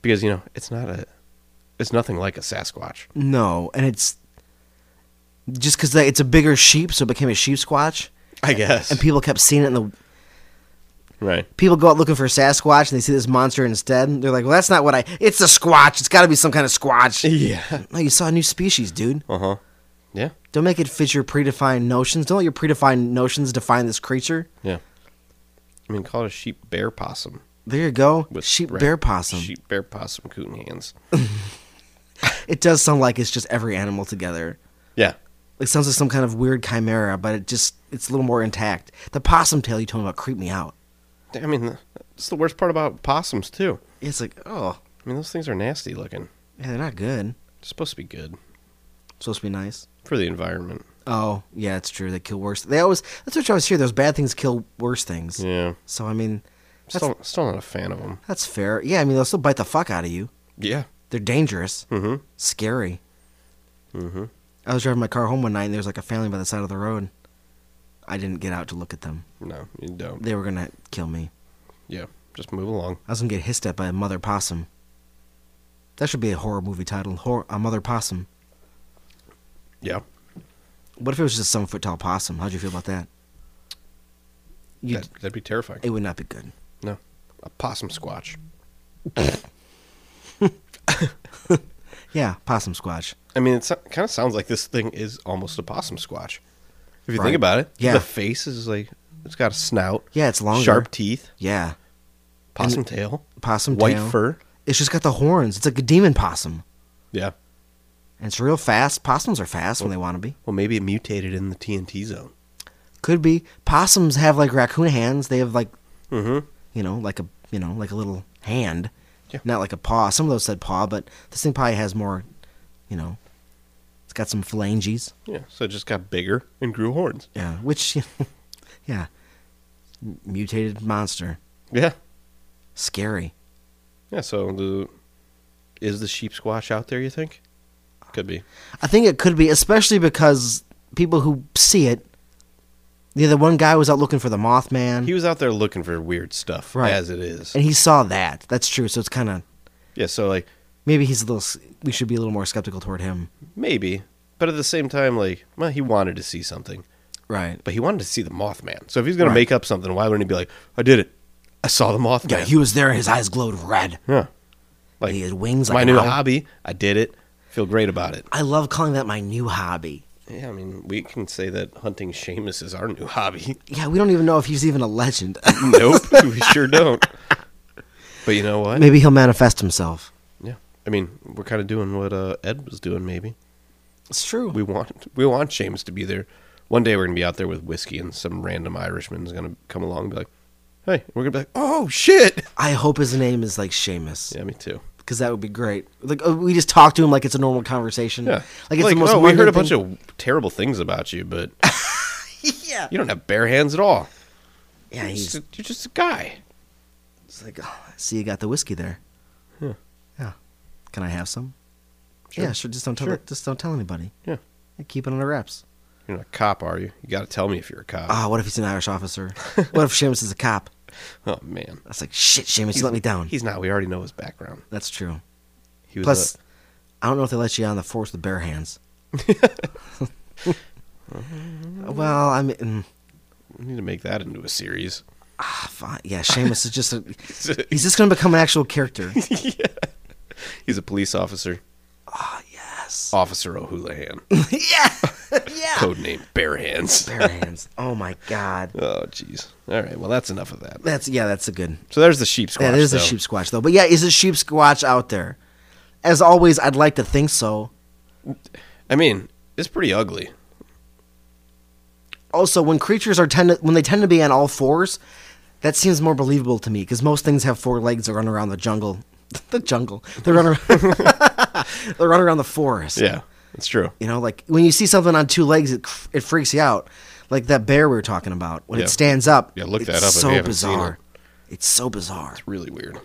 S1: because you know it's not a it's nothing like a sasquatch
S2: No, and it's just because it's a bigger sheep, so it became a sheep squatch,
S1: I guess.
S2: and people kept seeing it. in the
S1: right.
S2: people go out looking for Sasquatch, and they see this monster instead. And they're like, "Well, that's not what I. It's a squatch. It's got to be some kind of squatch."
S1: Yeah.
S2: No, you saw a new species, dude.
S1: Uh huh. Yeah.
S2: Don't make it fit your predefined notions. Don't let your predefined notions define this creature.
S1: Yeah. I mean, call it a sheep bear possum.
S2: There you go.
S1: with
S2: sheep
S1: rat-
S2: bear possum.
S1: Sheep bear possum coon hands.
S2: It does sound like it's just every animal together.
S1: Yeah.
S2: It sounds like some kind of weird chimera, but it just it's a little more intact. The possum tail you told me about creeped me out.
S1: I mean, that's the worst part about possums too.
S2: It's like, oh,
S1: I mean, those things are nasty looking.
S2: yeah, they're not good.
S1: It's supposed to be good
S2: supposed to be nice.
S1: for the environment.
S2: Oh, yeah, it's true. They kill worse. They always that's what you always hear. Those bad things kill worse things.
S1: Yeah.
S2: So I mean, that's
S1: Still, still not a fan of them.
S2: that's fair. Yeah, I mean they'll still bite the fuck out of you.
S1: Yeah.
S2: They're dangerous,
S1: Mm-hmm.
S2: scary.
S1: Mm-hmm.
S2: I was driving my car home one night and there was like a family by the side of the road. I didn't get out to look at them.
S1: No, you don't.
S2: They were gonna kill me.
S1: Yeah. Just move along.
S2: I was gonna get hissed at by a mother possum. That should be a horror movie title. Hor a mother possum.
S1: Yeah.
S2: What if it was just a seven foot tall possum? How'd you feel about that? You,
S1: That, that'd be terrifying.
S2: it would not be good.
S1: No. A possum squatch.
S2: Yeah, possum squatch.
S1: I mean, it kind of sounds like this thing is almost a possum squatch. If you
S2: Right.
S1: think about it,
S2: Yeah.
S1: the face is like it's got a snout,
S2: Yeah, it's longer.
S1: sharp teeth,
S2: Yeah,
S1: possum tail,
S2: possum
S1: white
S2: tail.
S1: fur.
S2: It's just got the horns. It's like a demon possum,
S1: Yeah.
S2: and it's real fast. Possums are fast when they want to be.
S1: Well, maybe it mutated in the TNT zone.
S2: Could be. Possums have like raccoon hands. They have like
S1: Mm-hmm.
S2: you know like a you know like a little hand,
S1: Yeah.
S2: not like a paw. Some of those said paw, but this thing probably has more. You know, it's got some phalanges.
S1: Yeah. So it just got bigger and grew horns.
S2: Yeah, which yeah, M- mutated monster,
S1: Yeah.
S2: scary.
S1: Yeah. So the is the sheep squash out there? You think? Could be.
S2: I think it could be, especially because people who see it. Yeah, the one guy was out looking for the Mothman.
S1: He was out there looking for weird stuff
S2: Right.
S1: as it is.
S2: and he saw that. That's true. So it's kind of
S1: Yeah. So like
S2: maybe he's a little. s- We should be a little more skeptical toward him.
S1: maybe, but at the same time, like well, he wanted to see something.
S2: Right.
S1: But he wanted to see the Mothman. So if he's going
S2: Right.
S1: to make up something, why wouldn't he be like, I did it. I saw the Mothman.
S2: Yeah, he was there. and His eyes glowed red.
S1: Yeah. Like,
S2: he had wings.
S1: it's
S2: Like
S1: my
S2: an
S1: new
S2: owl.
S1: hobby. I did it. Feel great about it.
S2: I love calling that my new hobby.
S1: Yeah, I mean, we can say that hunting Seamus is our new hobby.
S2: Yeah, we don't even know if he's even a legend.
S1: nope, we sure don't. But you know what?
S2: maybe he'll manifest himself.
S1: Yeah. I mean, we're kind of doing what uh, Ed was doing, maybe.
S2: It's true.
S1: We want we want Seamus to be there. One day we're going to be out there with whiskey and some random Irishman's going to come along and be like, hey, we're going to be like, oh, shit.
S2: I hope his name is like Seamus,
S1: Yeah, me too.
S2: because that would be great. Like uh, we just talk to him like it's a normal conversation.
S1: Yeah.
S2: like it's the most.
S1: oh, we heard
S2: mundane
S1: a bunch
S2: thing-
S1: of terrible things about you, but
S2: yeah.
S1: you don't have bare hands at all.
S2: Yeah,
S1: You're just,
S2: he's
S1: a, you're just a guy.
S2: it's like, oh, I see, you got the whiskey there.
S1: Yeah.
S2: Yeah. Can I have some?
S1: Sure.
S2: Yeah, sure. Just don't tell.
S1: Sure.
S2: Just don't tell anybody.
S1: Yeah.
S2: Yeah, Keep it under wraps.
S1: You're not a cop, are you? You got to tell me if you're a cop.
S2: Ah, what if he's an Irish officer? what if Seamus is a cop?
S1: oh, man.
S2: That's like shit, Seamus. You let me down.
S1: He's not. We already know his background.
S2: That's true.
S1: He was
S2: Plus,
S1: a-
S2: I I don't know if they let you on the force with bare hands. well, I mean, mm,
S1: we need to make that into a series.
S2: ah, fine. yeah, Seamus is just a, he's just gonna become an actual character.
S1: He's a police officer.
S2: Ah, yes.
S1: Officer O'Houlihan.
S2: yeah. yeah.
S1: Code name Bare Hands.
S2: Bare hands. Oh my god.
S1: Oh, jeez. All right. Well, that's enough of that.
S2: That's yeah. That's a good.
S1: So there's the sheep squash.
S2: Yeah, there's a
S1: though.
S2: sheep squatch though. But yeah, is a sheep squatch out there? As always, I'd like to think so.
S1: I mean, it's pretty ugly.
S2: Also, when creatures are tend to, when they tend to be on all fours, that seems more believable to me because most things have four legs that run around the jungle. the jungle. They run around. they run around the forest.
S1: Yeah, that's true.
S2: You know, like when you see something on two legs, it cr- it freaks you out. Like that bear we were talking about when
S1: Yeah.
S2: it stands up.
S1: Yeah, look
S2: it's
S1: that up if you
S2: So
S1: haven't seen
S2: bizarre. It's so bizarre.
S1: It's really weird.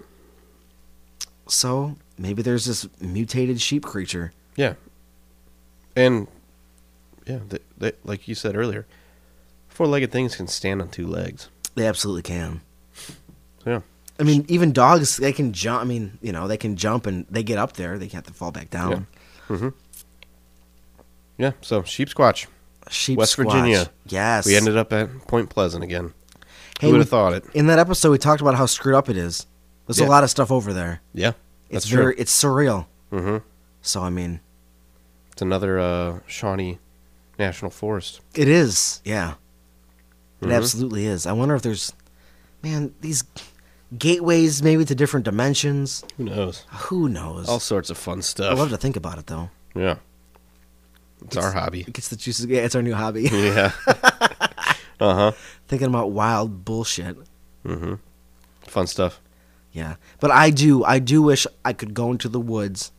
S2: So maybe there's this mutated sheep creature.
S1: Yeah. And yeah, they, they, like you said earlier, four-legged things can stand on two legs.
S2: They absolutely can.
S1: So, yeah.
S2: I mean, even dogs, they can jump. I mean, you know, they can jump and they get up there. They can't have to fall back down.
S1: Yeah. Yeah, so sheep squatch.
S2: Sheep
S1: West
S2: squatch.
S1: Virginia.
S2: Yes.
S1: We ended up at Point Pleasant again.
S2: Hey,
S1: Who would
S2: we-
S1: have thought it?
S2: in that episode. We talked about how screwed up it is. There's
S1: Yeah.
S2: a lot of stuff over there.
S1: Yeah,
S2: It's
S1: that's true.
S2: very, it's surreal.
S1: Mm-hmm.
S2: So I mean,
S1: It's another uh, Shawnee National Forest.
S2: it is. Yeah, it
S1: Mhm.
S2: absolutely is. I wonder if there's, man, these gateways maybe to different dimensions.
S1: Who knows?
S2: Who knows?
S1: All sorts of fun
S2: I
S1: stuff.
S2: love to think about it though.
S1: yeah. It's, our hobby.
S2: It gets the juices. Yeah, it's our new hobby.
S1: yeah. uh huh.
S2: Thinking about wild bullshit.
S1: Mm-hmm. Fun stuff.
S2: Yeah, but I do. I do wish I could go into the woods,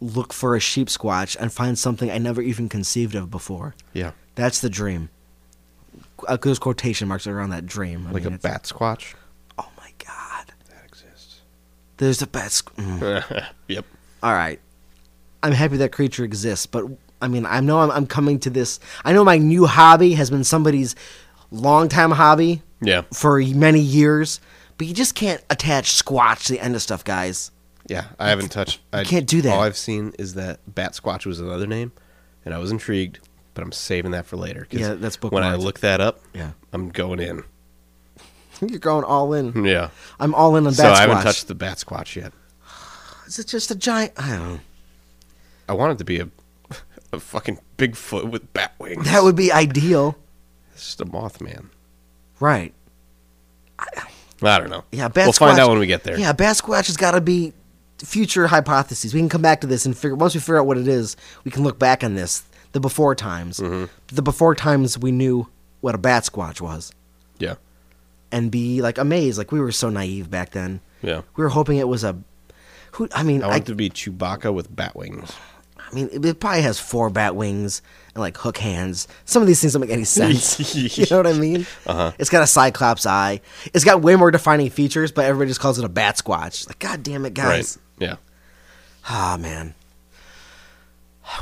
S2: look for a sheep squatch, and find something I never even conceived of before.
S1: Yeah.
S2: That's the dream. Uh, There's quotation marks around that dream. I
S1: Like
S2: mean,
S1: a
S2: it's-
S1: bat squatch.
S2: Oh my god.
S1: That exists.
S2: There's a bat. Squ- mm.
S1: yep.
S2: All right. I'm happy that creature exists, but I mean, I know I'm, I'm coming to this. I know my new hobby has been somebody's longtime hobby
S1: Yeah.
S2: for many years, but you just can't attach squatch to the end of stuff, guys.
S1: Yeah. I haven't touched. I
S2: can't do that.
S1: All I've seen is that bat squatch was another name, and I was intrigued, but I'm saving that for later. 'cause
S2: Yeah, that's
S1: when I
S2: bookmarked.
S1: look that up.
S2: Yeah.
S1: I'm going in.
S2: You're going all in.
S1: Yeah.
S2: I'm all in on
S1: so
S2: bat
S1: I haven't
S2: squatch.
S1: touched the bat squatch yet.
S2: Is it just a giant? I don't know.
S1: I wanted to be a, a fucking Bigfoot with bat wings.
S2: That would be ideal,
S1: It's just a Mothman.
S2: right?
S1: I don't know.
S2: Yeah, bat
S1: We'll find
S2: squatch-
S1: out when we get there.
S2: Yeah, bat squatch has got to be future hypotheses. We can come back to this and figure. Once we figure out what it is, we can look back on this. The before times,
S1: Mm-hmm.
S2: the before times, we knew what a bat squatch was,
S1: Yeah.
S2: and be like amazed. Like we were so naive back then.
S1: Yeah.
S2: we were hoping it was a. Who I mean,
S1: I
S2: I,
S1: want to be Chewbacca with bat wings.
S2: I mean, it, it probably has four bat wings and like hook hands. Some of these things don't make any sense. you know what I mean? Uh-huh. It's got a cyclops eye. It's got way more defining features, but everybody just calls it a bat squatch. Like, god damn it, guys.
S1: Right. Yeah.
S2: Ah, man.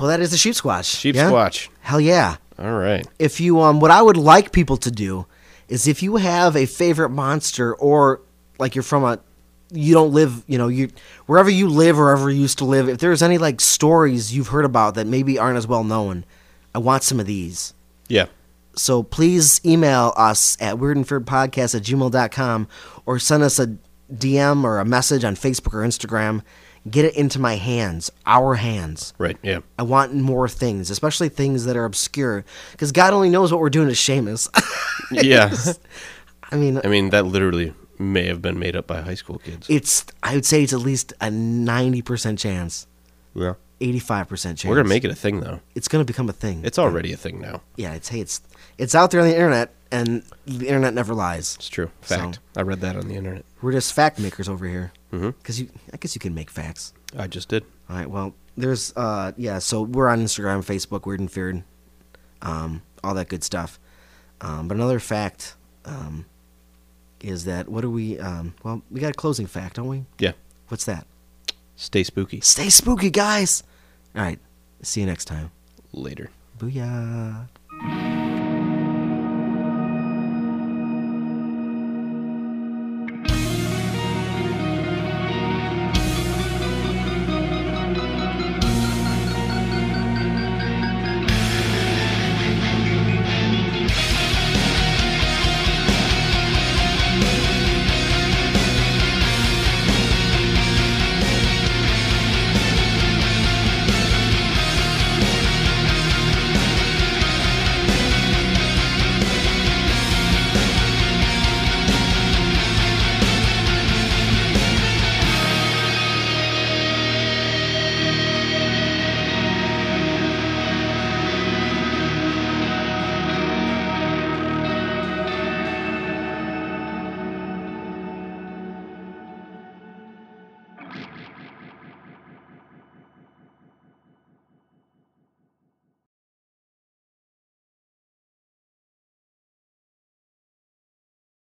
S2: Well, that is the sheep squatch.
S1: Sheep
S2: yeah?
S1: squatch.
S2: Hell yeah.
S1: All right.
S2: If you um what I would like people to do is if you have a favorite monster or like you're from a you don't live, you know, you wherever you live or wherever you used to live, if there's any like stories you've heard about that maybe aren't as well known, I want some of these.
S1: Yeah.
S2: So please email us at weirdandfeirdpodcast at gmail.com or send us a DM or a message on Facebook or Instagram. Get it into my hands, our hands.
S1: Right. Yeah.
S2: I want more things, especially things that are obscure, because God only knows what we're doing to Seamus.
S1: Yeah.
S2: I mean,
S1: I mean, that literally may have been made up by high school kids.
S2: it's I would say it's at least a ninety percent chance,
S1: Yeah.
S2: eighty five percent chance.
S1: We're gonna make it a thing though.
S2: it's going to become a thing.
S1: It's already a thing now.
S2: yeah, I'd say it's it's out there on the internet, and the internet never lies.
S1: It's true. Fact. I read that on the internet.
S2: We're just fact makers over here,
S1: Mm-hmm.
S2: because you I guess you can make facts.
S1: I just did.
S2: All right. Well, there's uh yeah. So we're on Instagram, Facebook, Weird and Feared, um, all that good stuff. Um, but another fact um, is that what do we? Um, well, we got a closing fact, don't we?
S1: Yeah.
S2: What's that?
S1: Stay spooky.
S2: Stay spooky, guys. All right. See you next time.
S1: Later.
S2: Booyah.